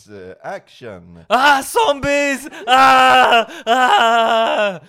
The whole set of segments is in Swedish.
zombies, eh, action! Ah, zombies! Ah! Ah!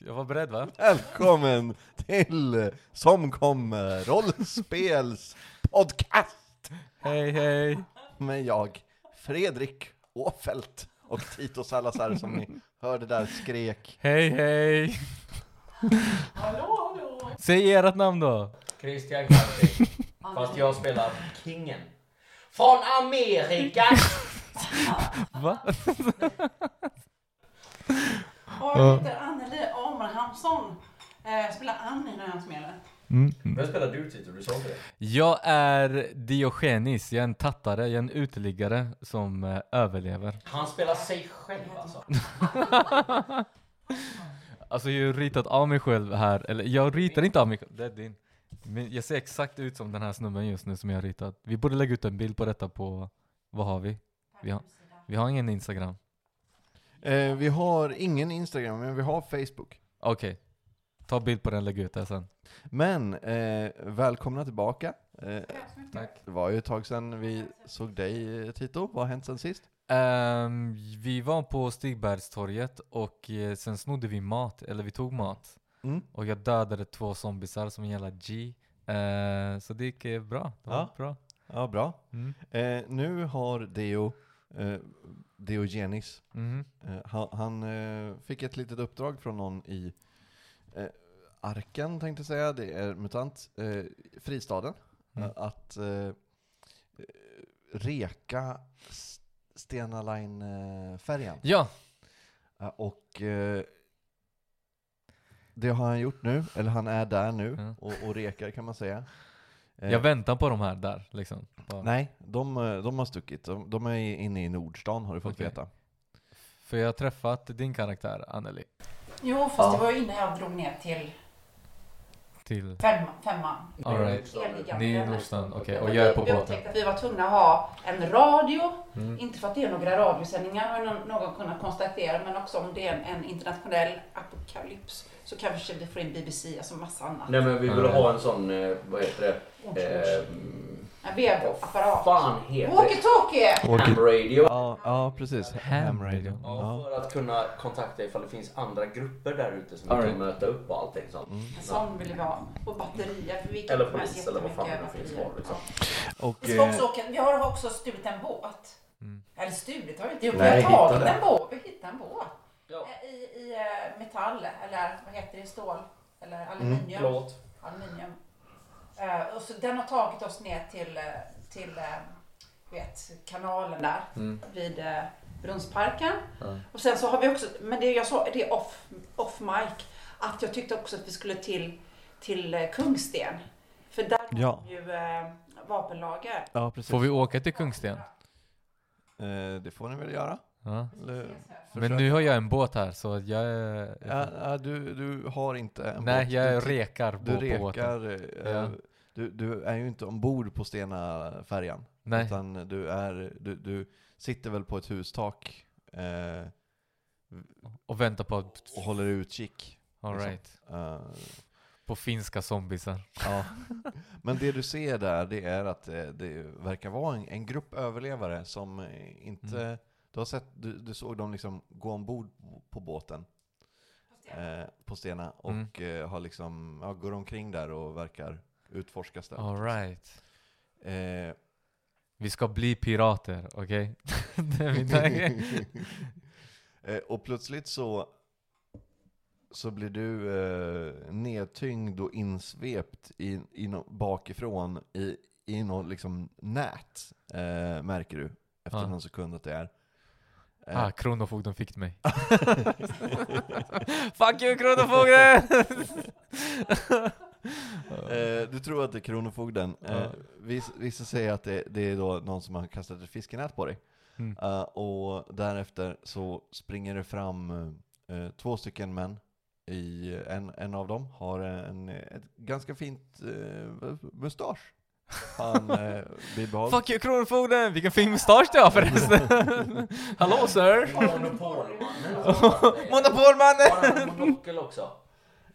Jag var beredd va? Välkommen till Som kommer rollspelspodcast Hej hej! med jag, Fredrik Åfeldt och Tito Salazar som ni hörde där skrek. Hej hej! hallå hallå! Säg ert namn då! Christian Kallvik. Fast jag spelar kingen. Från Amerika! Va? Och jag heter Anneli Abrahamsson. Eh, spelar Ann i det här spelet. Vem spelar du Tito? Du sa inte det? Jag är Diogenes, jag är en tattare, jag är en uteliggare som eh, överlever. Han spelar sig själv alltså. Alltså jag har ritat av mig själv här, eller jag ritar inte av mig själv, det är din. Men jag ser exakt ut som den här snubben just nu som jag har ritat. Vi borde lägga ut en bild på detta på, vad har vi? Vi har, vi har ingen Instagram. Eh, vi har ingen Instagram, men vi har Facebook. Okej, ta bild på den och lägg ut det sen. Men eh, välkomna tillbaka. Eh, Tack. det var ju ett tag sedan vi såg dig eh, Tito, vad har hänt sen sist? Ehm, vi var på Stigbergstorget och eh, sen snodde vi mat, eller vi tog mat. Mm. Och jag dödade två zombisar som en jävla G. Eh, så det gick eh, bra. Det var Ja. bra. Ja, bra. Mm. Eh, nu har Deo, eh, Diogenis Mhm. Eh, Han, han eh, fick ett litet uppdrag från någon i eh, Arken, tänkte jag säga. Det är MUTANT, eh, Fristaden. Mm. Eh, att eh, eh, reka S- Stena Line-färjan. Ja, Eh, och eh, det har han gjort nu, eller han är där nu Ja. och, och rekar kan man säga. Eh, Mm. jag väntar på de här där liksom. Bara- Nej, de, eh, de har stuckit. De, de är inne i Nordstan har du fått Okej. veta. För jag har träffat din karaktär Anneli Jo, fast det var ju innan jag drog ner till till... fem, femman. All right. Elgiganten. Ni är i Nordstan, okej. Och jag är på Jag båten. upptäckte att vi var tvungna att ha en radio. Mm. Inte för att det är några radiosändningar har någon, någon kunnat konstatera, men också om det är en, en internationell apokalyps så kanske vi får in BBC, alltså massa annat. Nej men vi vill ha en sån, eh, vad heter det? Eh, En vad vevapparat. fan heter det? Walkie-talkie! Ham radio. Ja, ja precis. Ham radio. Ja. Ja, för att kunna kontakta ifall det finns andra grupper där ute som All vi right. kan möta upp och allting sånt. Mm. En sån vill vi ha. Och batterier. För vi kan Eller få med oss polis, eller vad fan jättemycket det finns batterier. kvar, liksom. Ja. Och, eh, Vi, ska också åka, vi har också stulit en båt. Mm. Eller stulit har vi inte gjort. Nej, vi har tagit hittade. en båt. Vi hittade en båt. Ja. Eh, I, i eh, metall, eller vad heter det? Stål? Eller aluminium? Plåt. aluminium. Eh, och så den har tagit oss ner till, eh, till eh, du vet, kanalen där Mm. vid eh, Brunnsparken. Och sen så har vi också, men det jag sa, det är off, off mic, att jag tyckte också att vi skulle till, till eh, Kungsten. För där har Ja. vi ju eh, vapenlager. Ja, precis. Får vi åka till Kungsten? Eh, det får ni väl göra? Ja. Eller, Men nu har jag en båt här så att jag är... Ja, ja, du, du har inte en Nej, båt. jag du, rekar Du på, på båten. rekar. eh, Ja. Du, du är ju inte ombord på Stena-färjan. Nej. Utan du, är, du, du sitter väl på ett hustak eh, Och väntar på att... och håller utkik. All right. Eh, På finska zombisar. ja. Men det du ser där, det är att eh, det verkar vara en, en grupp överlevare som eh, inte... Mm. Du, har sett, du, du såg dem liksom gå ombord på båten. eh, på Stena och Mm. eh, har liksom, ja, går omkring där och verkar utforska stället. All right. Eh, Vi ska bli pirater, okej? Det är min tanke. eh, och plötsligt så, så blir du eh, nedtyngd och insvept i, i nå- bakifrån i, i något liksom nät, eh, märker du efter Ja. någon sekund att det är. Eh, Ah, Kronofogden fick mig. Fuck you Kronofogden! Eh, du tror att det är Kronofogden. Eh, Ah. Ja. vis, visar sig att det, det är då någon som har kastat ett fiskenät på dig. Mm. Eh, och därefter så springer det fram eh, två stycken män. I, en, en av dem har en, ett ganska fint eh, mustasch. Han eh, bibehåll. Fuck you Kronofogden! Vilken fin mustasch du har förresten! Hallå sir! Monopolmannen. Monopolmannen! Har han monokel också?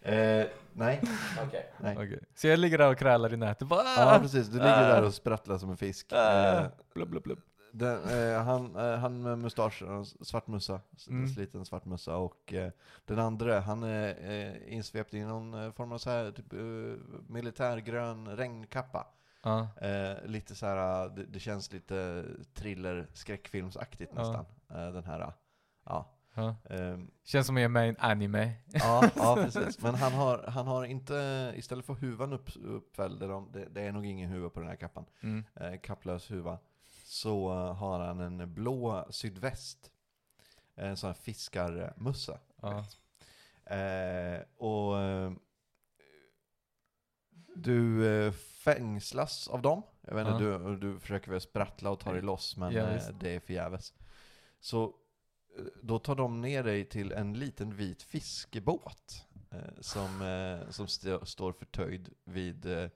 Eh, nej. Okej. Okej, Så jag ligger där och krälar i nätet bara... Ja, precis. Du ligger där och sprattlar som en fisk. Ah. Eh, Blub, blub, blub. Den, eh, han, eh, han med mustasch, eh, svart mössa, s- Mm. sliten svart mössa och eh, den andra, han är eh, insvept i någon eh, form av så här, typ, eh, militärgrön regnkappa. Ja. Eh, lite så här, eh, det, det känns lite thriller, skräckfilmsaktigt Ja. nästan. Eh, den här, eh, ja. Ja. Ehm, Känns som jag är med i en anime. ja, ja, precis. Men han har, han har inte, istället för huvan upp, uppfälld, eller om- det, det är nog ingen huva på den här kappan, Mm. eh, kapplös huva så eh, har han en blå sydväst. En sån här fiskarmössa. Ja. Eh, och eh, du eh, fängslas av dem. Jag vet inte, du, du försöker väl sprattla och ta dig loss men Ja, eh, visst. det är förgäves. Så eh, då tar de ner dig till en liten vit fiskebåt eh, som, eh, som st- står förtöjd vid eh,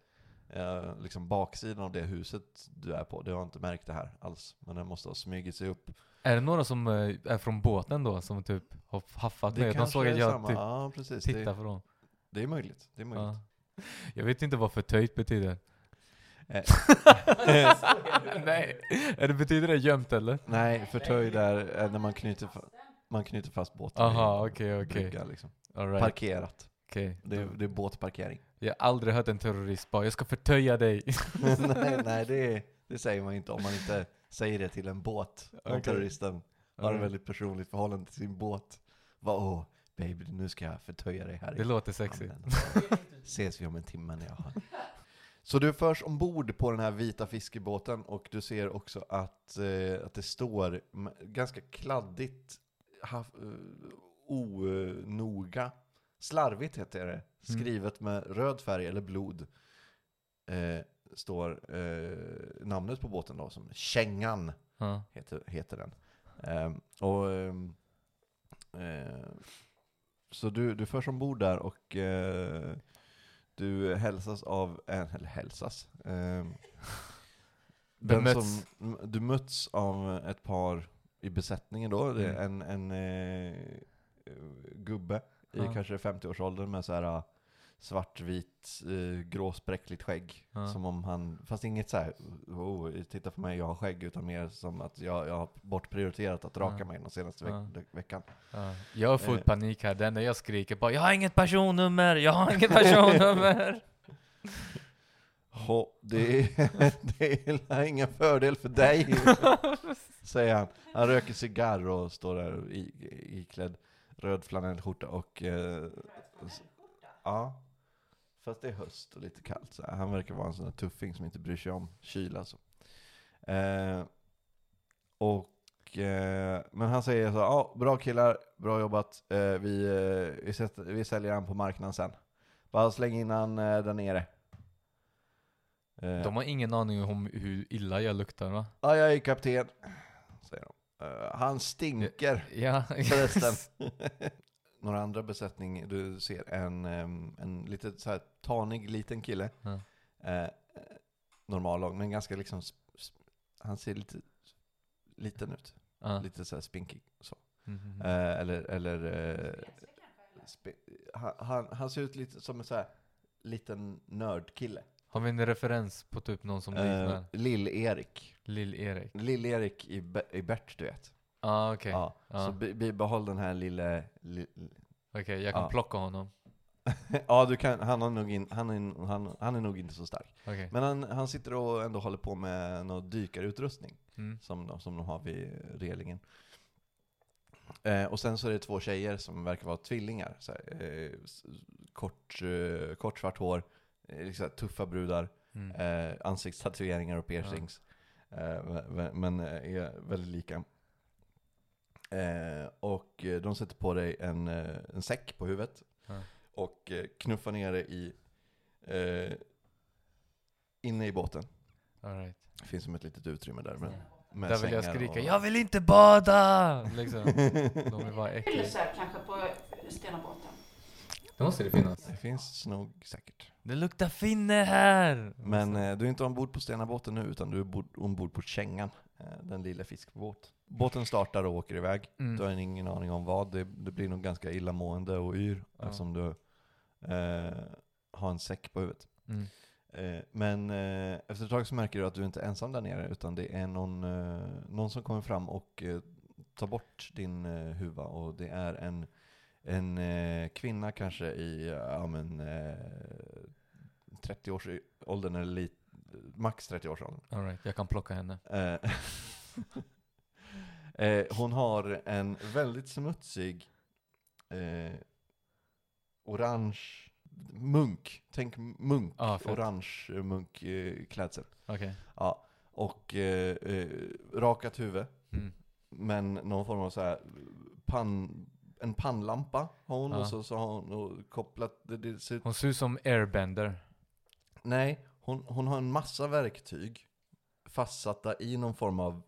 eh, liksom baksidan av det huset du är på. Du har inte märkt det här alls, men den måste ha smugit sig upp. Är det några som eh, är från båten då som typ har haffat mig? De såg att jag typ ja, precis. tittar Det, på dem. det är möjligt. Det är möjligt. Ja. Jag vet inte vad förtöjt betyder. Eh. Nej. Är det betyder det gömt eller? Nej, förtöj där eh, när man knyter, fa- man knyter fast båten. Aha, i en okej okej. brygga, liksom. Alright, Parkerat. okej. Det är, det är båtparkering. Jag har aldrig hört en terrorist bara 'Jag ska förtöja dig' nej, nej det, är- det säger man inte om man inte säger det till en båt. Om Okej. terroristen har ett väldigt personligt förhållande till sin båt. Vad åh, baby, nu ska jag förtöja dig här. i Det låter sexigt. hamnen. alltså, Ses vi om en timme när jag har... Så du förs ombord på den här vita fiskebåten och du ser också att, eh, att det står m- ganska kladdigt, haf, eh, onoga, slarvigt heter det, skrivet med röd färg eller blod. Eh, står eh, namnet på båten då, som Kängan Ja. heter, heter den. Ehm, och, ehm, eh, så du, du förs ombord där och eh, du hälsas av, eh, eller hälsas. ehm, den Bemöts. som- m- du möts av ett par i besättningen då, det är en, en eh, eh, gubbe Ja. i kanske 50-årsåldern med så här eh, svartvit, eh, gråspräckligt skägg. Ja. Som om han, fast inget så här, oh, titta på mig, jag har skägg, utan mer som att jag, jag har bortprioriterat att raka Ja. mig den senaste veck- Ja. de- veckan. Ja. Jag har full Eh. panik här, det enda jag skriker bara 'Jag har inget personnummer, jag har inget personnummer' Ho, det är, det är ingen fördel för dig, säger han. Han röker cigarr och står där i, i- iklädd röd flanellskjorta och... Eh, s- ja. Fast det är höst och lite kallt. Så här. han verkar vara en sån där tuffing som inte bryr sig om kyla. Alltså. Eh, och, eh, men han säger så här, ja, bra killar, bra jobbat. Eh, vi, eh, vi, sätter, vi säljer han på marknaden sen. Bara släng in han eh, där nere. Eh, De har ingen aning om hur illa jag luktar va? Ja, jag är kapten, säger de. Eh, han stinker Ja. förresten. Några andra besättning, du ser en, em, en lite så här tanig liten kille. Ja. Eh, normal lång, men ganska liksom, sp- sp- han ser lite liten ut. Ja. Lite så här spinkig. Så. Mhm. Eh, eller, eller eh, spe- han, han, han ser ut lite som en så här liten nördkille. Har vi en referens på typ någon som Eh, liknar Lill-Erik. Lill-Erik? Lill-Erik i, Be- i Bert, du vet. Ah, okej. Ja, Ja. så bi- bibehåll den här lille... Li, Okej, jag kan Ja. plocka honom. ja, du kan, han, har nog in, han, är, han, han är nog inte så stark. Okej. Men han, han sitter och ändå håller på med någon dykarutrustning Mm. som de, som de har vid relingen. Eh, och sen så är det två tjejer som verkar vara tvillingar. Så här, eh, s- kort, eh, kort svart hår, eh, liksom, här tuffa brudar, Mm. eh, ansiktstatueringar och piercings. Eh, men- men eh, är väldigt lika. Eh, och eh, de sätter på dig en, eh, en säck på huvudet. Ja. Och eh, knuffar ner dig i, eh, inne i båten. All right. Det finns som ett litet utrymme där. Med, med Där vill jag sängar skrika och- 'Jag vill inte bada!' Liksom. De är bara Eller äckliga. så här, kanske på stenabåten. Det måste det finnas. Det finns nog säkert. Det luktar finne här! Men eh, du är inte ombord på Stenabåten nu, utan du är bord- ombord på Kängan, eh, den lilla fiskbåt. Båten startar och åker iväg. Mm. Du har ingen aning om vad. Det, det blir nog ganska illamående och yr Ja. eftersom du eh, har en säck på huvudet. Mm. Eh, men eh, efter ett tag så märker du att du inte är ensam där nere, utan det är någon, eh, någon som kommer fram och eh, tar bort din eh, huva. Och det är en, en eh, kvinna kanske i eh, ja, men, eh, 30-årsåldern, eller lite, max 30-årsåldern. All right, jag kan plocka henne. Eh, eh, hon har en väldigt smutsig eh, orange munk. Tänk munk. Ja, fett. orange munkklädsel. Eh, klädsel. Okej. ja. Och eh, eh, rakat huvud. Mm. Men någon form av så här pann, en pannlampa har hon. Ja. Och så, så har hon och kopplat. Det, det ser, Hon ser ut som airbender. nej, hon, hon har en massa verktyg fastsatta i någon form av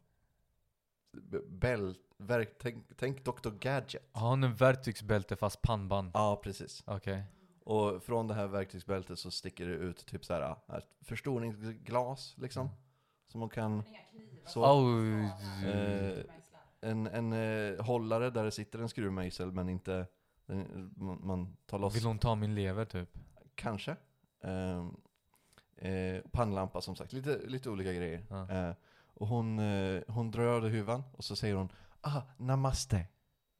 b- bält. Verk, tänk, tänk Dr. Gadget. Har hon en verktygsbälte fast pannband? Ja, precis. Okej. Och från det här verktygsbältet så sticker det ut typ så här, här förstoringsglas liksom. Som man kan... Så, Oh. eh, en en eh, hållare där det sitter en skruvmejsel men inte... Den, man, man tar loss Vill hon ta min lever typ? Kanske. Ehm, eh, pannlampa som sagt, lite, lite olika grejer. Ja. Eh, och hon, eh, hon drar av det huvan och så säger hon ah, namaste.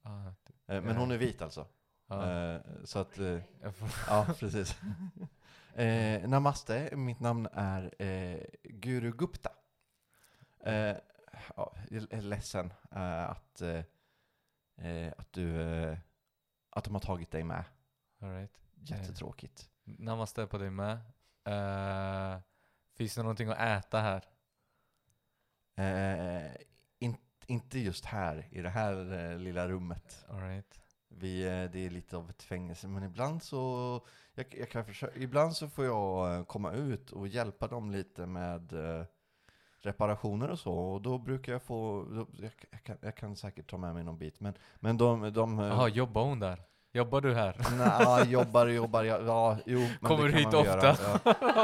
Ah, Eh, men hon är vit alltså. ja. Eh, så att, eh, Jag får- ja precis. eh, namaste, mitt namn är eh, Guru Gupta. Eh, ja, jag är ledsen eh, att, eh, eh, att, du, eh, att de har tagit dig med. All right. Jättetråkigt. Namaste på dig med. Eh, finns det någonting att äta här? Eh, in, inte just här, i det här eh, lilla rummet. All right. Vi, eh, det är lite av ett fängelse, men ibland så, jag, jag kan försöka, ibland så får jag eh, komma ut och hjälpa dem lite med eh, reparationer och så. Och då brukar jag få, då, jag, jag, kan, jag kan säkert ta med mig någon bit. Men, men de, de eh, Jaha, jobbar hon där? Jobbar du här? Nja, jobbar och jobbar. Ja, ja jo, men Kommer det du kan hit man väl ofta? göra.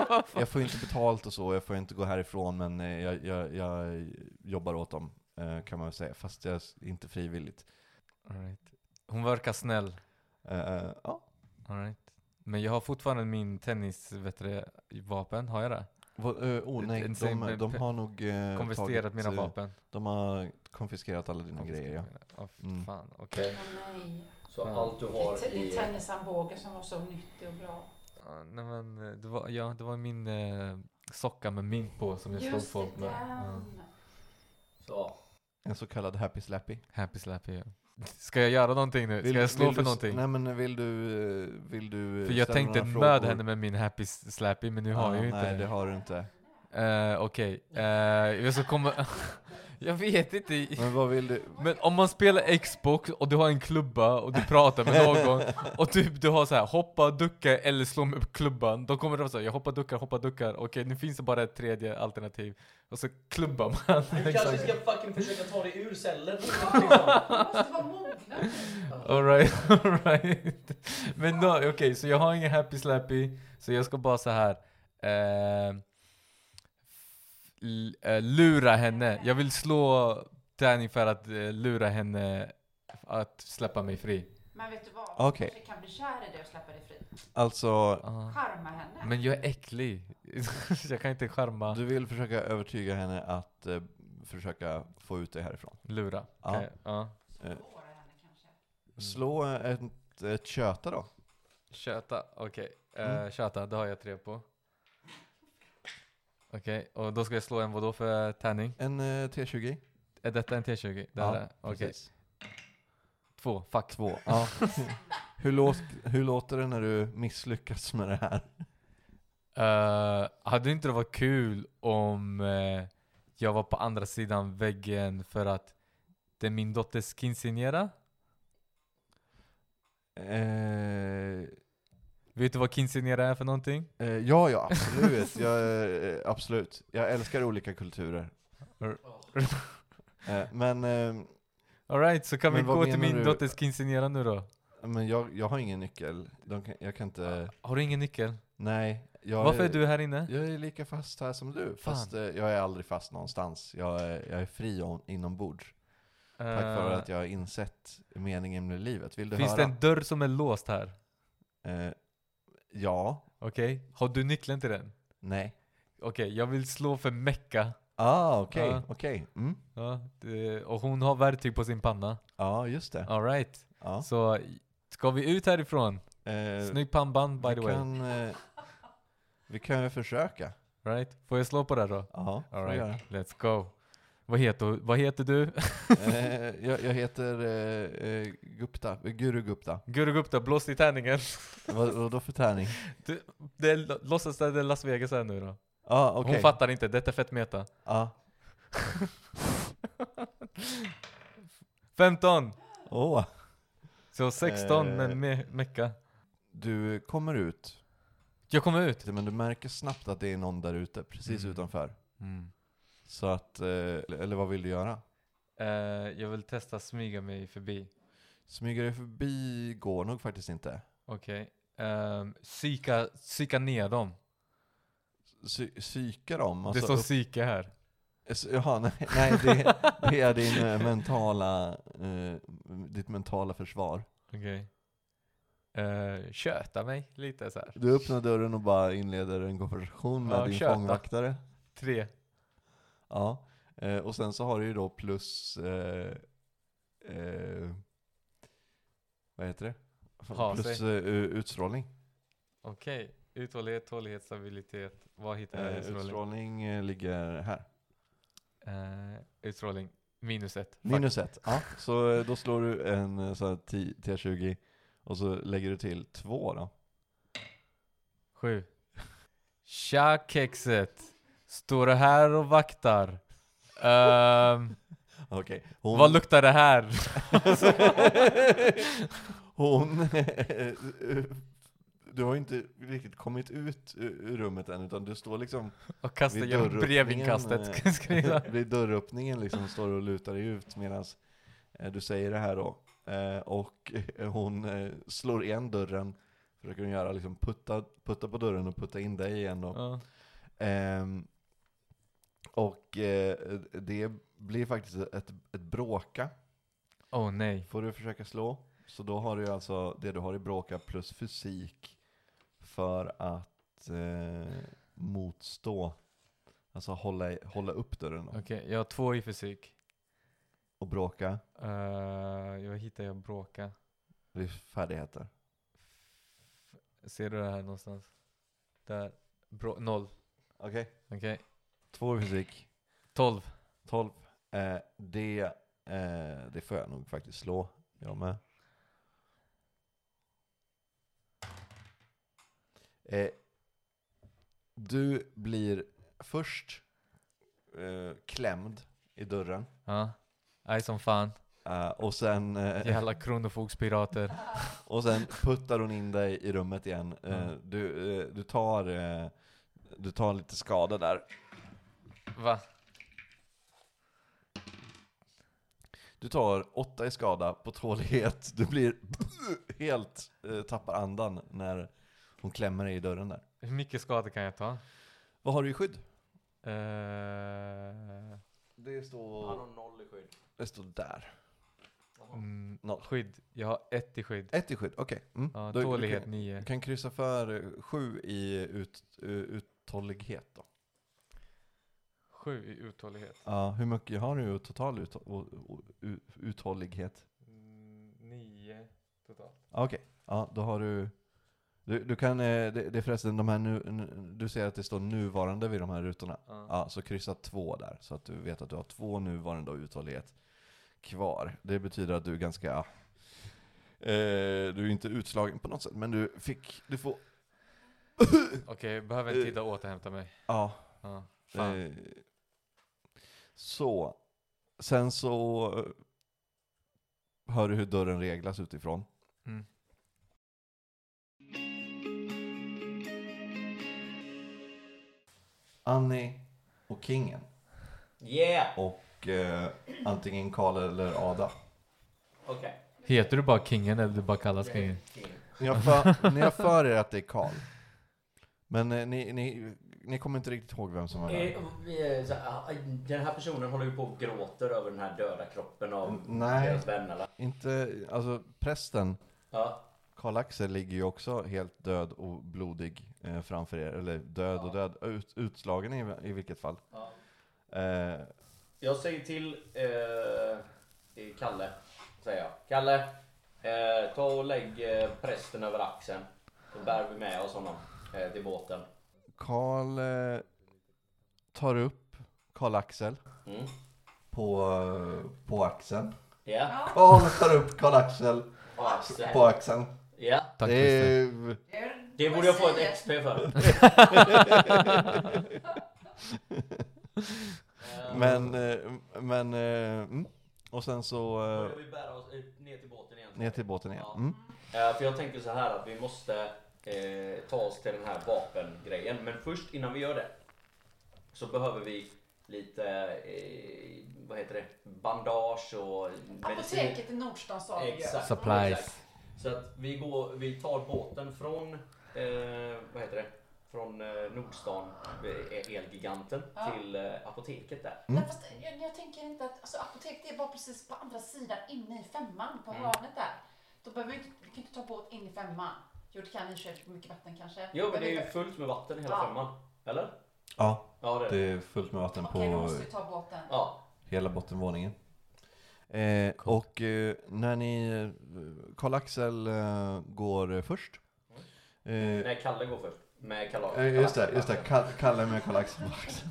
Ja. Jag får inte betalt och så, jag får inte gå härifrån, men eh, jag, jag, jag jobbar åt dem, eh, kan man väl säga. Fast jag s- inte frivilligt. All right. Hon verkar snäll. Eh, ja. All right. Men jag har fortfarande min tennisvapen, har jag det? Va- eh, Åh nej, En de, simple- de har nog eh, Konfiskerat tagit, mina eh, vapen. De har konfiskerat alla dina grejer, ja. Ja, Mm. fan. Okej. nej. Så Ja. allt du Det har är- Det i... är tennisarmbågen som var så nyttig och bra. Ja, nej men, eh, det var, ja, det var min eh, socka med mynt på som jag slog folk med. Ja. den. Så. En så kallad happy slappy. Happy slappy. ja. Ska jag göra någonting nu? Ska jag slå vill för du, s- någonting? Nej men vill du, eh, vill du eh, För jag ställa tänkte några möda frågor? henne med min happy s- slappy, men nu har Ah, jag ju inte Nej, det. det har du inte. Eh, Okej, eh, jag ska komma... jag vet inte. Men vad vill du? Men om man spelar Xbox och du har en klubba och du pratar med någon och typ du har så här hoppa, ducka eller slå med klubban. Då kommer de säga jag hoppar, duckar, hoppar, duckar. Okej, nu finns det bara ett tredje alternativ. Och så klubbar man. Du kanske Exakt. ska fucking försöka ta dig ur cellen. De måste vara mogna. Alright, alright. Men no, okej, så jag har ingen happy slappy. Så jag ska bara så här. Eh, l- eh, lura henne. Jag vill slå tärning för att eh, lura henne att släppa mig fri. Men vet du vad? Okej. Du kanske kan bli kär i dig och släppa dig fri. Alltså, Ah. Charma henne. Men jag är äcklig. jag kan inte charma, Du vill försöka övertyga henne att eh, försöka få ut dig härifrån. lura. Ja. Okej, ja. Eh, Såra henne kanske. Mm. slå ett, ett köta då. Köta, okej. Mm. Eh, Köta, det har jag tre på. Okej, och då ska jag slå en vadå för tärning? En eh, T20. Är detta en T20? Det Ja, är det. Okej, precis. två. Fuck. Två. Ja. hur, låt, hur låter det när du misslyckas med det här? Eh, hade inte det varit kul om eh, jag var på andra sidan väggen för att det är min dotters quinceañera? Eh, Vet du vad quinceañera är för någonting? eh, ja, ja, absolut. Jag, eh, absolut. Jag älskar olika kulturer. Eh, men eh, Alright, så kan Men eh, vi vad gå till menar min du? dotters quinceañera nu då? Men jag, jag har ingen nyckel. De kan, jag kan inte... Har du ingen nyckel? Nej. Jag Varför är du här inne? Jag är lika fast här som du. Fast eh, jag är aldrig fast någonstans. Jag är, jag är fri om, inombords. Tack vare att jag har insett meningen med livet. Vill du Eh, Finns det höra? en dörr som är låst här? Eh, ja. Okej, har du nyckeln till den? Nej. Okej, jag vill slå för Mecka. Ah, okej. Ja. Okej. Mm. Ja, det, och hon har verktyg på sin panna. Ja, just Ah. det. Alright. Ja. Så ska vi ut härifrån? Eh, Snygg pannband by vi the way. Kan, eh, vi kan ju försöka. Right? Får jag slå på det här då? Ja, får vi göra. Alright, let's go. Vad heter, vad heter du? eh, jag, jag heter eh, eh, Gupta, eh, Guru Gupta. Guru Gupta, blås i tärningen. Vad vad då för tärning? Det är, låtsas det är Las Vegas här nu då. Ja, ah, okej. Ah. Hon fattar inte, detta är fett meta. Ja. 15! Åh. Så 16 Eh. med me mecka. Du kommer ut, Jag kommer ut! Typ, men du märker snabbt att det är någon där ute, precis Mm. utanför. Så att, eh, eller vad vill du göra? Eh, jag vill testa smyga mig förbi. Smyga dig förbi går nog faktiskt inte. Okej. Ehm, psyka, psyka ner dem. Psy- Psyka dem? det Alltså, står upp- psyke här. S- Jaha, nej, nej det, det är din eh, mentala, eh, ditt mentala försvar. Okej. Eh, köta mig lite så här. Du öppnar dörren och bara inleder en konversation med Ja, din tjöta. fångvaktare. Tre. Ja. Eh, och sen så har du ju då plus, eh, eh, vad heter det? Ha plus sig. eh, u- utstrålning. Okej. Uthållighet, tålighet, stabilitet. Vad hittar jag? Eh, i Utstrålning. utstrålning eh, ligger här. Eh, utstrålning. Minus ett. Fuck. Minus ett. Ja. Så eh, då slår du en eh, sån här T- T20 och så lägger du till två då. Sju. Tja kexet. Står du här och vaktar? Ehm, Okej. vad luktar det här? Hon... eh, Du har ju inte riktigt kommit ut ur ur rummet än, utan du står liksom Och kastar Vid genom dörröppningen, brevinkastet. eh, Ska jag skriva. vid dörröppningen liksom, står och lutar dig ut medan du säger det här då. Eh, Och eh, hon eh, slår igen dörren, försöker hon göra liksom putta, putta på dörren och putta in dig igen då. Ja. Ehm, Och eh, det blir faktiskt ett, ett bråka, Åh nej. får du försöka slå. Så då har du alltså det du har i bråka plus fysik för att eh, motstå, alltså hålla, i- hålla upp dörren då. Okej, jag har två i fysik. och bråka. Uh, jag hittar jag bråka. Det är färdigheter. Ser du det här någonstans? Där. Brå- noll. Okej. Okej. Två i fysik, Tolv. tolv. Eh, det, eh, det får jag nog faktiskt slå, jag med. Eh, du blir först eh, klämd i dörren Ja. Nej som fan. eh, och, sen, eh, Jävla kronofogdspirater. och sen puttar hon in dig i rummet igen. Eh, Mm. du, eh, du, tar, eh, du tar lite skada där. Va? Du tar åtta i skada på tålighet. Du blir helt eh, tappar andan när hon klämmer dig i dörren där. Hur mycket skada kan jag ta? Vad har du i skydd? Eh, Det Han har står, noll i skydd. det står där. mm, Noll. Skydd. Jag har ett i skydd. Ett i skydd, okej. Mm. Ja, Du- du tålighet kan- Du nio. kan kryssa för eh, sju i ut, eh, uthållighet då. Sju i uthållighet. Ja, hur mycket har du i total ut, o- u- uthållighet? Mm, Nio totalt. Ja, Okej, ja, då har du... Du, du kan, eh, det, det är förresten de här nu, nu, du ser att det står nuvarande vid de här rutorna. Ja. Ja, så kryssa två där, så att du vet att du har två nuvarande och uthållighet kvar. Det betyder att du är ganska... Eh, du är inte utslagen på något sätt, men du fick... Du får... Okej, jag behöver en tid att återhämta mig. Ja. Ja. Fan. Eh, så. Sen så eh, hör du hur dörren reglas utifrån. Mm. Annie och Kingen. Yeah! Och eh, antingen Karl eller Ada. Okej. Heter du bara Kingen eller du bara Eh. kallas Kingen? Ni har för, ni har för er att det är Karl. Men eh, ni, ni, ni kommer inte riktigt ihåg vem som var där. Eh, vi, eh, så, ah, Den här personen håller ju på och gråter över den här döda kroppen av Nej. deras vän eller? Inte, alltså prästen Ja. Karl-Axel ligger ju också helt död och blodig eh, framför er. Eller död och död, ut, utslagen i, i vilket fall. ja. Eh, Jag säger till eh, eh, Kalle, säger jag. Kalle, eh, ta och lägg eh, prästen över axeln. Då bär vi med oss honom eh, till båten. Karl eh, tar upp Karl-Axel Mm. på, eh, på axeln. Ja. Karl tar upp Karl-Axel Och axeln. på axeln. Ja. Tack det Christer. är, Det borde jag få ett XP för. Eh, men, eh, men, eh, mm. Och sen så eh, börjar vi bära oss ut, ner till båten igen. ner till båten igen. Ja. Mm. Eh, för jag tänker så här att vi måste eh, ta oss till den här vapengrejen. Men först innan vi gör det så behöver vi lite, eh, vad heter det, bandage och medicin. Apoteket i Nordstan sa vi ju. Exakt. Supplies. Exakt. Så att vi, går, vi tar båten från, eh, vad heter det, från eh, Nordstan, eh, Elgiganten, Ja. till eh, apoteket där. Mm. Nej, fast eh, jag, jag tänker inte att, alltså apoteket det var precis på andra sidan inne i femman Mm. på hörnet där. Då behöver vi inte, vi kan inte ta båt in i femman. Jo det kan i och för sig, för mycket vatten kanske. Jo men det är ju vi- fullt med vatten i hela Ja. femman. Eller? Ja, Ja det är det. det är fullt med vatten Okej, då på måste vi ta båten. Ja. hela bottenvåningen. Eh, och eh, när ni, eh, Karl-Axel eh, går eh, först. Eh, Nej, Kalle går först. Med kalas. Eh, Just det, just det. Kall- Kalle med Karl-Axel på axeln.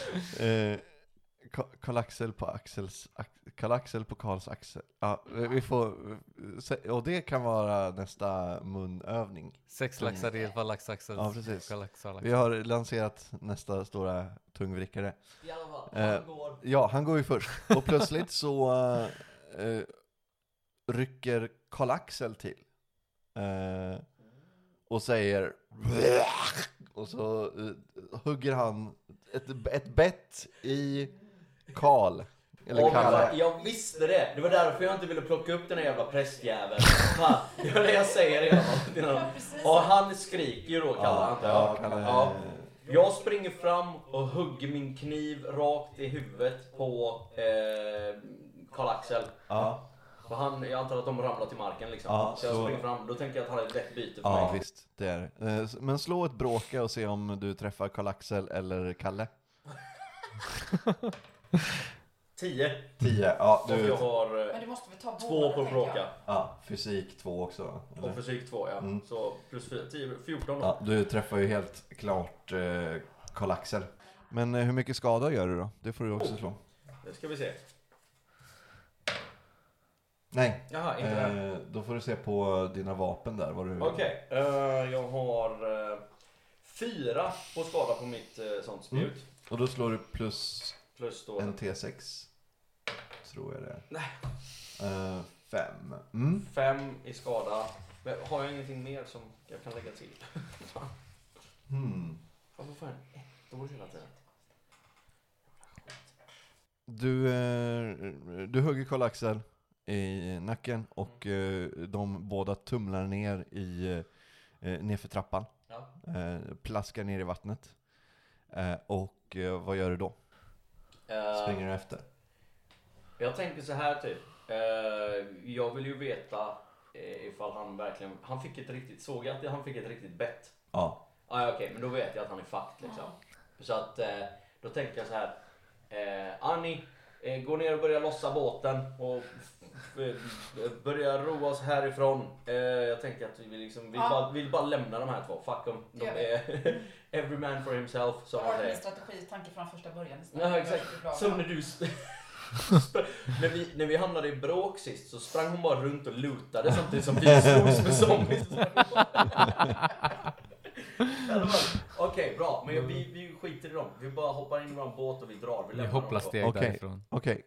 Eh, Ka- Karl-Axel på Axels, ax- Karl-Axel på Karls axel. Ja, eh, vi får, eh, se- och det kan vara nästa munövning. Sex laxar i alla fall, laxaxel. Mm. Ja, precis. Laxar, laxar. Vi har lanserat nästa stora tungvrickare. I alla fall, Eh. han går. Ja, han går ju först. Och plötsligt så eh, eh, rycker Karl-Axel till. Eh, och säger... Och så eh, hugger han ett, ett bett i Karl. Eller Åh, men Kalle. fan, Jag visste det! Det var därför jag inte ville plocka upp den här jävla prästjäveln. Fan, det är det jag säger i alla fall till honom. precis. Ja, han skriker ju då, Kalle, Ja, antar ja, jag. Kalle. Ja. Jag springer fram och hugger min kniv rakt i huvudet på eh, Karl-Axel. Ja, För han, jag antar att de ramlar till marken liksom. Ja, så jag så- springer fram, då tänker jag att han är ett lätt byte för ja, mig. visst. Det är det. Eh, s- Men slå ett bråka och se om du träffar Karl-Axel eller Kalle. 10. Tio. Ja, Och jag har eh, Men du måste vi ta båda två på tänker bråka. jag. ja, fysik två också. Och fysik 2 ja. Mm. Så plus 4, 10, 14 då. Ja, du träffar ju helt klart eh, Karl-Axel. Men eh, hur mycket skada gör du då? Det får du också slå. Det ska vi se. Nej, Jaha, inte den. eh, då får du se på dina vapen där. Vad du... Okej, eh, jag har eh, fyra på skada på mitt eh, sånt spjut. Och då slår du plus Plus då... Mm. en T6. Tror jag det är. Nej. Eh, fem. Mm. Fem i skada. Men har jag ingenting mer som jag kan lägga till? Hmm. Varför får jag en ettor hela tiden? Du, eh, du hugger Karl-Axel i nacken och Mm. eh, de båda tumlar ner i eh, nerför trappan. Ja. Eh, plaskar ner i vattnet. Eh, och eh, vad gör du då? Eh, Springer du efter? Jag tänker så här typ. Eh, jag vill ju veta eh, ifall han verkligen... Han fick ett riktigt... Såg jag att han fick ett riktigt bett? Ja. Ah, ja, okej, men då vet jag att han är fucked liksom. Så att eh, då tänker jag så här. Eh, Annie, eh, gå ner och börja lossa båten och f- f- eh, börja roa oss härifrån. Eh, jag tänker att vi vill liksom, vi Ja. bara, vill bara lämna de här två. Fuck dem. De Gör är every man for himself Då som man har du min säger. strategi och tanke från första början. Ja, exakt. Som när du... s- spr- när, vi, när vi hamnade i bråk sist så sprang hon bara runt och lutade samtidigt som vi slogs med zombies. Ja, det var- Okej, bra. Men jag, vi, vi skiter i dem. Vi bara hoppar in i vår båt och vi drar. Vi Vi lämnar hopplar dem. steg Okej. därifrån. Okej.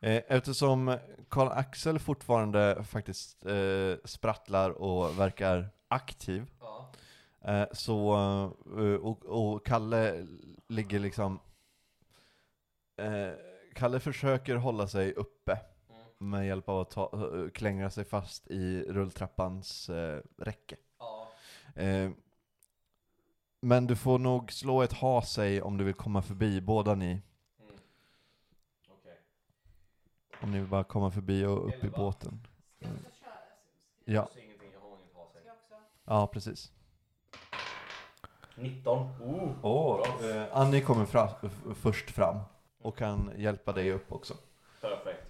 Eh, Eftersom Karl-Axel fortfarande faktiskt eh, sprattlar och verkar aktiv Ja. Eh, Så, eh, och, och Kalle ligger liksom... eh, Kalle försöker hålla sig uppe. Mm. med hjälp av att ta, eh, klänga sig fast i rulltrappans eh, räcke. Ja. Eh, men du får nog slå ett ha sig om du vill komma förbi båda ni. Mm. Okej. Om ni vill bara komma förbi och upp i Elva. båten. Ska jag också köra? Ska Ja, Jag ser ingenting, jag har inget ha sig. jag också? ja precis. 19. Oh. Oh, eh, Annie kommer fra, f- först fram och kan hjälpa dig upp också. Perfekt.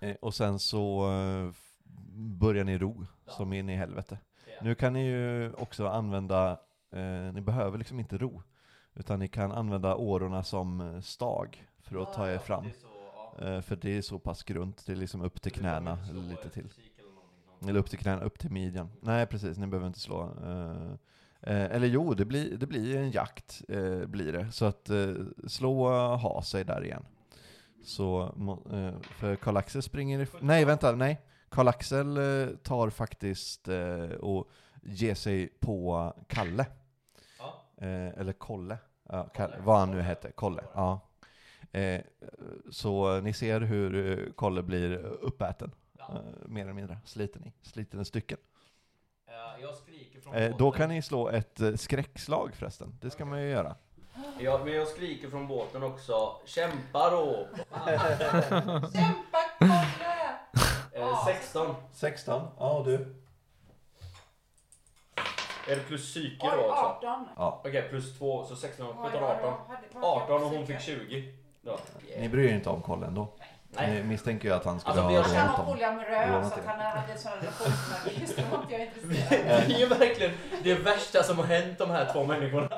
Eh, och sen så eh, f- börjar ni ro Ja. som in i helvete. Ja. Nu kan ni ju också använda, eh, ni behöver liksom inte ro. Utan ni kan använda årorna som eh, stag för att ta er Ja, fram. det är så, ja. Eh, för det är så pass grunt, det är liksom upp till Du behöver knäna inte slå lite ett till. fysik eller någonting sånt. Eller upp till knäna, upp till midjan. Nej precis, ni behöver inte slå. eh, eh, eller jo, det blir, det blir en jakt. eh, blir det. Så att eh, slå eh, ha sig där igen. Så, må- eh, för Karl-Axel springer if- Nej vänta, nej. Karl-Axel eh, tar faktiskt eh, och ger sig på Kalle. Ja. Eh, eller Kolle. Ja, Kolle. Kalle, vad han nu Kolle. hette. Kolle. Ja. Eh, så eh, ni ser hur eh, Kolle blir uppäten. Ja. Eh, mer eller mindre. Sliten i, sliten i stycken. Eh, Jag skriker från Eh, båten. då kan ni slå ett eh, skräckslag förresten. Det ska Okej. man ju göra. Ja, men jag skriker från båten också. Kämpa då! Kämpa Kalle! Eh, 16. 16. Ja, du. Är det plus psyke Oj, då också? 18. Ja. Okej, plus 2, så 16, Oj, 17, oj, oj, 18. hade- vad 18 och jag hon fick försöker. 20. Då. Ni bryr er inte om Kolle ändå. Nej. Ni misstänker ju att han skulle Alltså, vi har ha Han rånat var dem. polyamorös, Lånat så att det. han hade en sån relation som jag visste var inte jag är Det intresserad av. är ju verkligen det värsta som har hänt de här två människorna.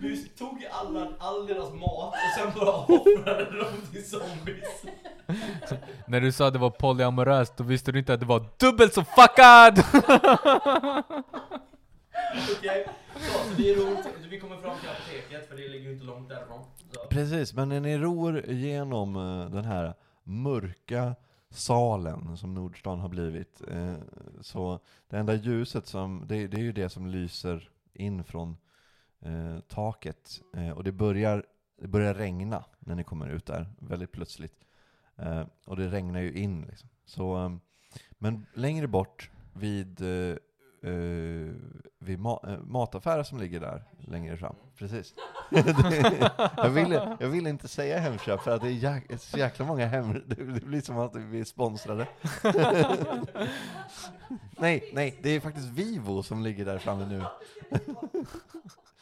Vi tog alla, all deras mat och sen bara offrade dem till zombies. När du sa att det var polyamoröst, då visste du inte att det var dubbelt så fuckad! Okej, så, så det är lugnt. Vi kommer fram till apoteket för det ligger ju inte långt därifrån. Så. Precis, men när ni ror genom eh, den här mörka salen som Nordstan har blivit, eh, så det enda ljuset som, det, det är ju det som lyser in från eh, taket. Eh, och det börjar, det börjar regna när ni kommer ut där, väldigt plötsligt. Eh, och det regnar ju in liksom. Så, eh, men längre bort vid, eh, eh, vid ma- eh, mataffärer som ligger där längre fram, precis. jag, vill, jag vill inte säga Hemköp för att det är jäk- så jäkla många hem... Det blir som att vi är sponsrade. nej, nej, det är faktiskt Vivo som ligger där framme nu.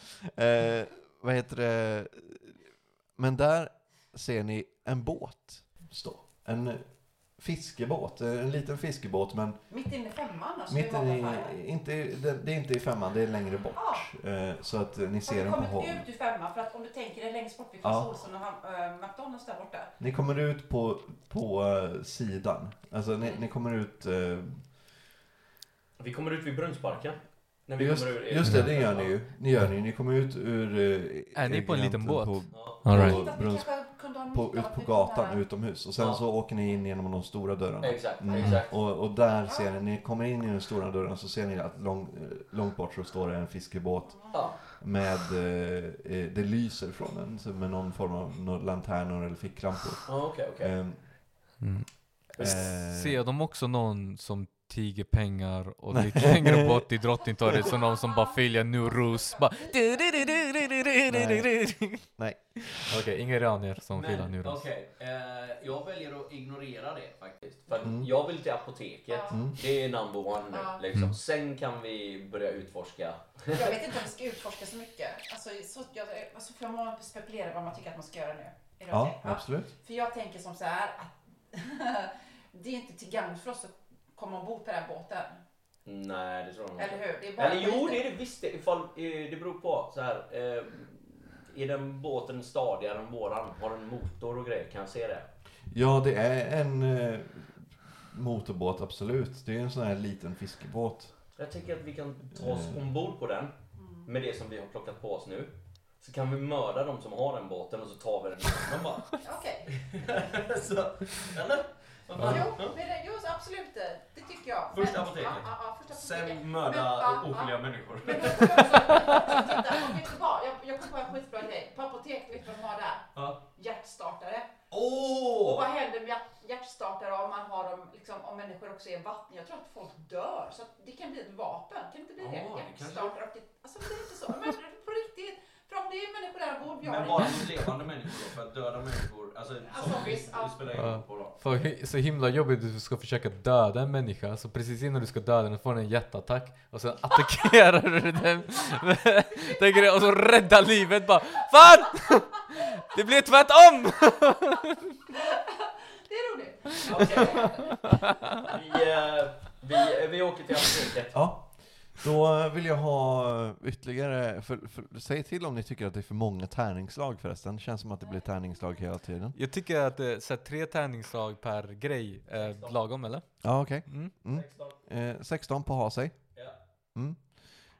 eh, vad heter det? Men där ser ni en båt stå. En fiskebåt, en liten fiskebåt men Mitt inne i femman alltså. mitt i i, mataffären. inte, det, det är inte i femman, det är längre bort. Eh, så att eh, ni ser den på Ah. Har du håll. kommit ut ur femman? För att om du tänker dig längst bort vid Clas Ja. Ohlson och han, äh, McDonalds där borta. Ni kommer ut på, på eh, sidan. Alltså ni, ni kommer ut... eh, Vi kommer ut vid Brunnsparken. När vi just, kommer ur- just det, det gör ni ju. Ni gör ni. Ni kommer ut ur... eh, Är ni på en gränten liten båt? Ja. All Jag right. Alright. tänkte att vi Brunns- kanske kunde ha På, nytta ut av att på vi kom gatan här. utomhus. Och sen Ja. så åker ni in genom de stora dörrarna. Exakt, Mm. exakt. Och, och där ser ni, ni kommer in i den stora dörren så ser ni att lång, eh, långt bort så står det en fiskebåt Ja. med, eh, eh, det lyser från den så med någon form av no- lanternor eller ficklampor. Ja, okej, okej. Ehm, eh, Ser de också någon som tiger pengar och lite längre bort i Drottningtorget så någon som bara följer Nuruz? Bara... Nej. Okej, inga iranier som filar Men Nuruz. okej, eh, jag väljer att ignorera det faktiskt. För att Mm. jag vill till apoteket. Ja. Mm. Det är number one Ja. nu. Liksom. Sen kan vi börja utforska. Jag vet inte om vi ska utforska så mycket. Alltså, så, jag, alltså, för man spekulerar vad man tycker att man ska göra nu. Är det Ja, okej? absolut. För jag tänker som så här att det är inte till gagn för oss att komma ombord på den här båten. Nej, det tror jag Eller inte. hur? Det är Eller jo, lite- det är det visst. det, Ifall, eh, det beror på. Så här, eh, är den båten stadigare än våran? Har den motor och grejer? Kan jag se det? Ja, det är en eh, motorbåt, absolut. Det är en sån här liten fiskebåt. Jag tänker att vi kan ta oss Mm. ombord på den med det som vi har plockat på oss nu. Så kan vi mörda de som har den båten och så tar vi den ifrån dem bara. Okej. så, eller? Vad fan? Jo, men det, jo, så absolut. Det tycker jag. Första Men- apoteket. Ja, ja, ja, första apoteket. Sen Men, mörda va, oskyldiga va? människor. Men då får jag också- titta, om vi inte var- jag- Jag kom på en skitbra grej. På apoteket, vet du vad de har där? Ja. Hjärtstartare. Och Åh! vad händer med hjärt- hjärtstartare om man har dem, liksom, om människor också är i vatten? Jag tror att folk dör, så att det kan bli ett vapen. Kan det inte bli Ja, det det? kanske- Hjärtstartare och det, alltså det är inte så. Men på riktigt, för om det är människor där ombord, vi har Men det. bara mot levande människor då, för att döda människor, alltså Alltså, zombies, visst, ja. det spelar ingen roll på då. För hi- så himla jobbigt att du ska försöka döda en människa, så precis innan du ska döda den får den en hjärtattack och sen attackerar du den Tänker du, och så rädda livet bara FAN! Det blir tvärtom! Det är roligt. Okej. Vi, eh, vi, vi åker till apoteket. Ja. Då vill jag ha ytterligare, för, för, säg till om ni tycker att det är för många tärningslag förresten. Det känns som att det blir tärningslag hela tiden. Jag tycker att eh, så här, tre tärningsslag per grej är lagom eller? Ja, okej. Mm. Mm. Eh, 16 på ha sig. Ja. Mm.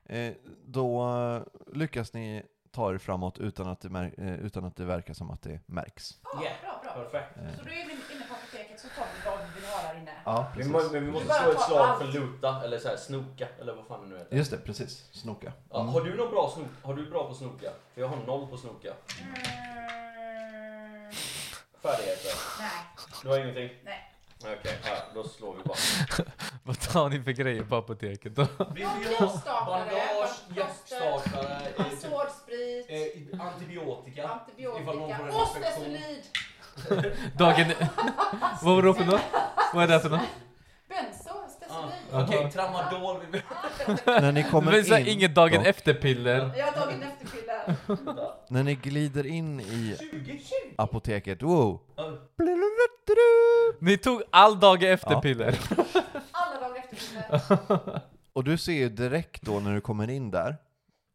Eh, då eh, lyckas ni ta er framåt utan att, det mär- eh, utan att det verkar som att det märks. Ja, Yeah. bra, bra. Perfekt. Så då är vi inne på apoteket så tar vi vad vi vill ha där inne. Ja, Vi, må, men vi Du måste bara slå ett tar slag allt. för luta, eller så här, snoka, eller vad fan det nu heter. Just det, precis. Snoka. Ja, Mm. har du någon bra snok? Har du bra på snoka? För jag har noll på snoka. Mm, Färdigheter. nej, Du har ingenting? nej. Okej, ja, då slår vi bara. Vad tar ni för grejer på apoteket då? Vi Hjärtstartare, bandage, plåster, hjärtstartare, eh, Alltså, typ, Sårsprit, eh, antibiotika. Ifall någon får antibiotika, en infektion. ostesolid, Dagen... e- Vad var det för något? Vad är det för något? benzo, stesolid. Ah, Okej, tramadol. vill vi- Ah, När ni Det finns så kommer här in, inget dagen Ja. efter-piller. Jag har tagit en efterpiller. när ni glider in i 20, 20. apoteket, wow! Ja, Ni tog all dagen Ja. efter-piller. Alla dagar efterpiller. Och du ser ju direkt då när du kommer in där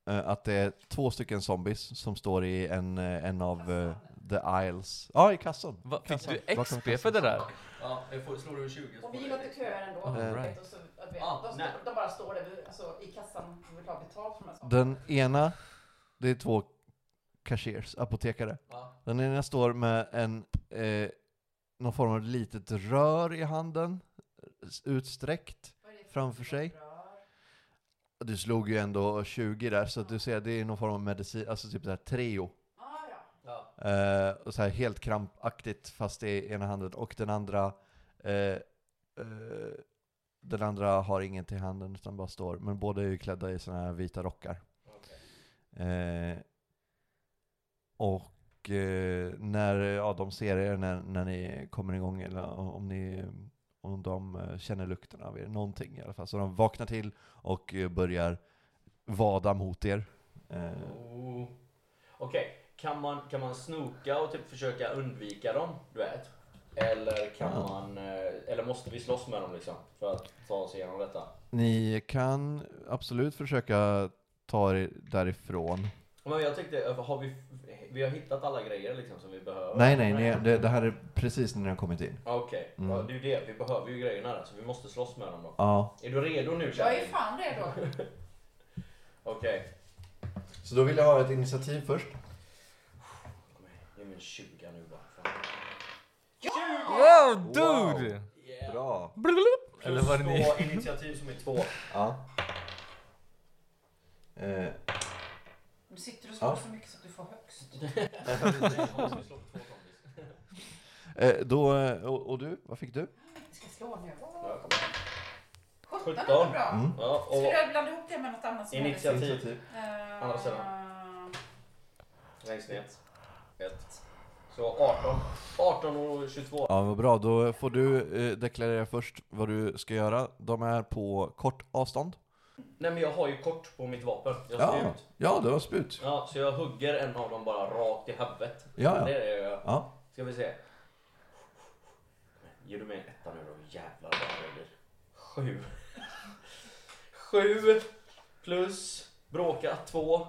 eh, att det är två stycken zombies som står i en, eh, en av eh, the aisles. Ja, i kassan. Va, fick Kassan. du Bakom XP för det där? Ja, jag får, slår du en 20 så Och vi får gick du- inte köer ändå. All du right. vet, och så, att vi, Ah, de, nej. stå, de bara står där vid, alltså, i kassan och vill ha betalt för de här sakerna. Den ena, det är två cashiers, apotekare. Ja. Den ena står med en, eh, någon form av litet rör i handen, s- utsträckt. Vad är det för Ah, framför sig. rör? Du slog ju ändå 20 där, så att du ser det är någon form av medicin, alltså typ det här Treo. Ah, ja. Ja. Eh, och så här helt krampaktigt fast det är ena handen och den andra eh, eh, den andra har ingenting i handen utan bara står. Men båda är ju klädda i såna här vita rockar. Okej. Eh, och eh, när ja, de ser er när, när ni kommer igång eller om om ni om de eh, känner lukten av er, någonting i alla fall. Så de vaknar till och eh, börjar vada mot er. Eh, Oh. Okej, kan, man, kan man snoka och typ försöka undvika dem, du vet? Eller kan Ja. man, eh, eller måste vi slåss med dem liksom för att ta oss igenom detta? Ni kan absolut försöka ta er därifrån. Men jag tänkte, har vi, vi har hittat alla grejer liksom som vi behöver? Nej, nej, ni, det, det här är precis när ni har kommit in. Okej, Mm. ja, det är ju det, vi behöver ju grejerna där så vi måste slåss med dem då. Ja. Är du redo nu Jag är kärring? fan redo. Okej, Så då vill jag ha ett initiativ först. kom igen, ge mig en 20 nu bara. Fan. Wow, dude! Yeah. Bra. Blulup. Plus Eller var det ni? två initiativ som är två. Ja. Eh, Nu sitter du och slår Ja. så mycket så att du får högst. eh, då, eh, och, och du, vad fick du? Vi ska slå nu. Ja, 17 är Sjutton. bra. Mm. Ja, Skulle och jag blanda ihop det med något annat som Initiativ. Eh, Andra längst ner. Ett. Så 18. 18 och 22. Ja, vad bra. Då får du eh, deklarera först vad du ska göra. De är på kort avstånd. Nej men jag har ju kort på mitt vapen. Jag ska Ja, ut. ja det var spjut. Ja, så jag hugger en av dem bara rakt i huvudet. Ja, ja. Det är det jag gör. ja. Ska vi se. Ger du mig en etta nu då? Jävlar vad det blir. Sju. Sju plus bråka två.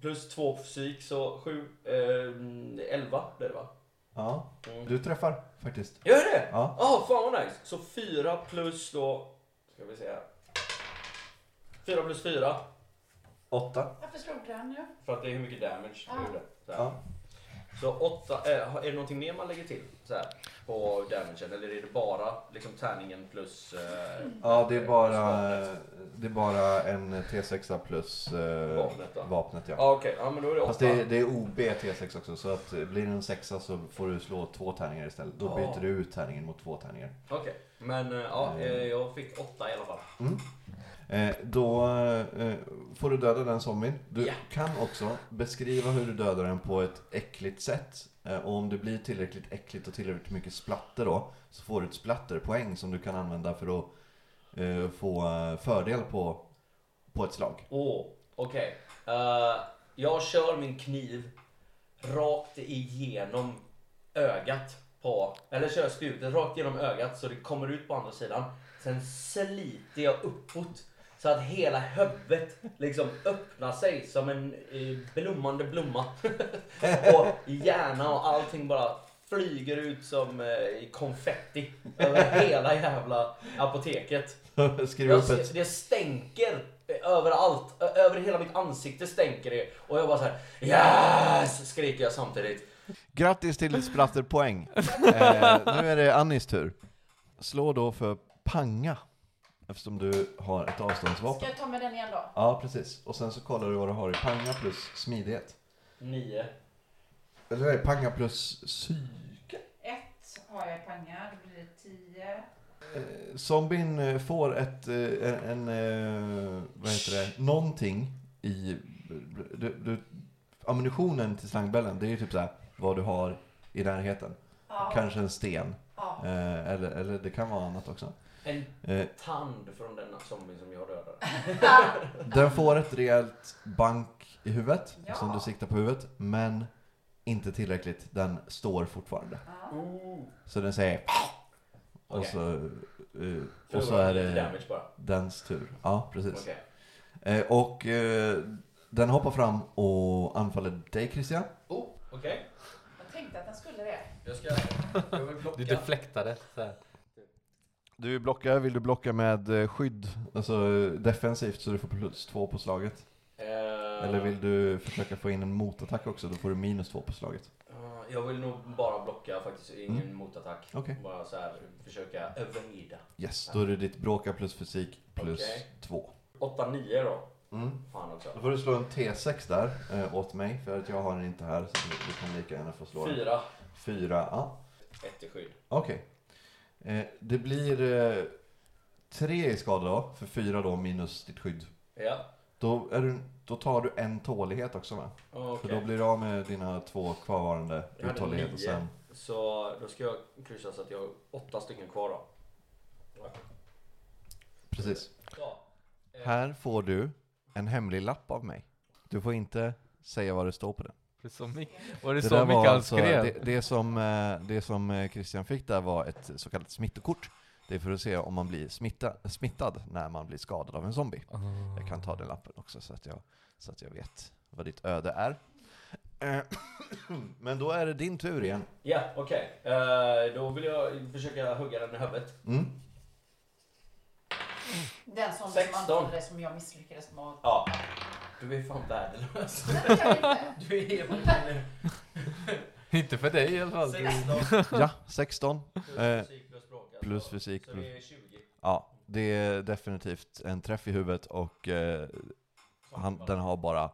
Plus två på fysik så sju, eh, elva blir det va? ja. Mm. Du träffar faktiskt. Gör det? Ja. Ja, fan vad nice. Så 4 plus då, ska vi se här. 4 plus 4, Åtta. Varför slog du den nu? för att det är hur mycket damage du Ja. gjorde. Så här. Ja. Så åtta, eh, är det någonting mer man lägger till så här, på damagen eller är det bara liksom tärningen plus eh, Ja, det är bara, Vapnet. det är bara en T6 plus eh, Vapnet, va? vapnet ja. Ja okej, ja men då är det Fast åtta. det, det är OB T6 också, så att eh, blir det en sexa så får du slå två tärningar istället. Då Ja. byter du ut tärningen mot två tärningar. Okej, men eh, ja, eh, jag fick åtta i alla fall. Eh, då eh, får du döda den zombien. Du Ja. kan också beskriva hur du dödar den på ett äckligt sätt. Eh, och om det blir tillräckligt äckligt och tillräckligt mycket splatter då, så får du ett splatterpoäng som du kan använda för att eh, få eh, fördel på, på ett slag. Åh, okej. Eh, jag kör min kniv rakt igenom ögat på, eller kör spjutet rakt genom ögat så det kommer ut på andra sidan. Sen sliter jag uppåt så att hela huvudet liksom öppnar sig som en eh, blommande blomma. och hjärna och allting bara flyger ut som eh, konfetti över hela jävla apoteket. Skriv Jag, upp ser- ett... det stänker överallt. Ö- Över hela mitt ansikte stänker det. Och jag bara så här, yes! skriker jag samtidigt. Grattis till ett splatterpoäng! Eh, nu är det Annis tur. Slå då för panga, eftersom du har ett avståndsvapen. Ska jag ta med den igen då? Ja, precis. Och sen så kollar du vad du har i panga plus smidighet. Nio. Eller nej, panga plus psyke. Ett har jag i panga, då blir det tio. Eh, Zombien eh, får ett, eh, en, en eh, vad heter det, någonting i, du, du, ammunitionen till slangbällen, det är ju typ såhär vad du har i närheten. Ja, Kanske en sten, ja. eh, eller, eller det kan vara annat också. En Eh, tand från den zombien som jag dödade. Den får ett rejält bank i huvudet, Ja. som du siktar på huvudet, men inte tillräckligt. Den står fortfarande. ja. Ooh. Så den säger och, Okej. så, eh, och så är det Damage bara. dens tur. Ja, precis. Okej. Eh, och eh, den hoppar fram och anfaller dig Christian. Oh, okej. Jag tänkte att den skulle det. Jag ska... Jag vill Du blocka. deflektade. Så här. Du vill blocka, vill du blocka med eh, skydd? Alltså eh, defensivt så du får plus två på slaget. Eh, Eller vill du försöka få in en motattack också? Då får du minus två på slaget. eh, Jag vill nog bara blocka faktiskt. Ingen motattack. Okej. Bara så här försöka evada. Yes, då är det ditt bråka plus fysik plus Okej. två. Åtta, nio då. Mm. Fan också. Då får du slå en T6 där eh, åt mig, för att jag har den inte här. Så du- du kan lika gärna få slå den. Fyra. Fyra, ja. Ett i skydd. Okej. Eh, det blir eh, tre i skada då, för fyra då minus ditt skydd. Ja. Då, är du, då tar du en tålighet också va? Okej. För då blir du av med dina två kvarvarande Jag hade uthålligheter och nio. sen. Så då ska jag kryssa så att jag har åtta stycken kvar då. Precis. Ja. Eh, Här får du en hemlig lapp av mig. Du får inte säga vad det står på den. Det är så mycket, var det, Det, så där mycket var han alltså, skrev? det, det, som, eh, det som eh, Christian fick där var ett så kallat smittokort. Det är för att se om man blir smitta, smittad när man blir skadad av en zombie. Ah. Jag kan ta den lappen också så att jag, så att jag vet vad ditt öde är. Eh, Men då är det din tur igen. Ja, okej. Eh, Då vill jag försöka hugga den i huvudet. Mm. Den som, som Sexton. anfallde som jag misslyckades med. att- Ja. Du är fan värdelös. Nej, det kan jag inte. Du är fan... Inte för dig i alla Alltså, fall. 16 Ja, 16. Eh, plus fysik plus språk. alltså. plus fysik, Så plus- det är 20. Ja, det är definitivt en träff i huvudet och eh, han, den har bara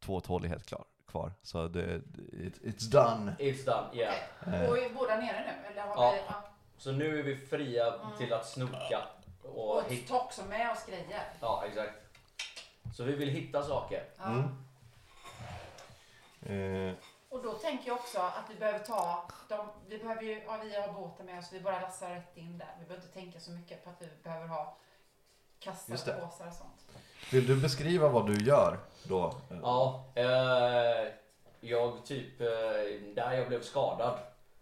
två tålighet klar, kvar. Så det, it, it's done. It's done, yeah. Eh, Och är båda nere nu? Eller har Ja. vi... Ja. Så nu är vi fria till att snoka och Och hitta. ta också med oss grejer. Ja, exakt. Så vi vill hitta saker. Ja. Mm. eh, Och då tänker jag också att vi behöver ta, de, vi behöver ju, ja, vi har båten med oss, vi bara lassar rätt in där. Vi behöver inte tänka så mycket på att vi behöver ha Just kassar det. och påsar och sånt. vill du beskriva vad du gör då? Ja, eh, jag typ, eh, där jag blev skadad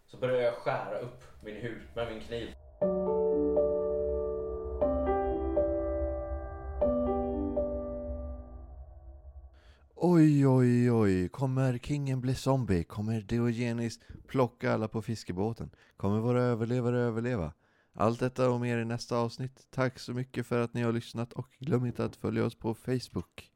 så började jag skära upp min hud med min kniv. Oj, oj, oj. Kommer kingen bli zombie? Kommer Diogenes plocka alla på fiskebåten? Kommer våra överlevare överleva? Allt detta och mer i nästa avsnitt. Tack så mycket för att ni har lyssnat och glöm inte att följa oss på Facebook.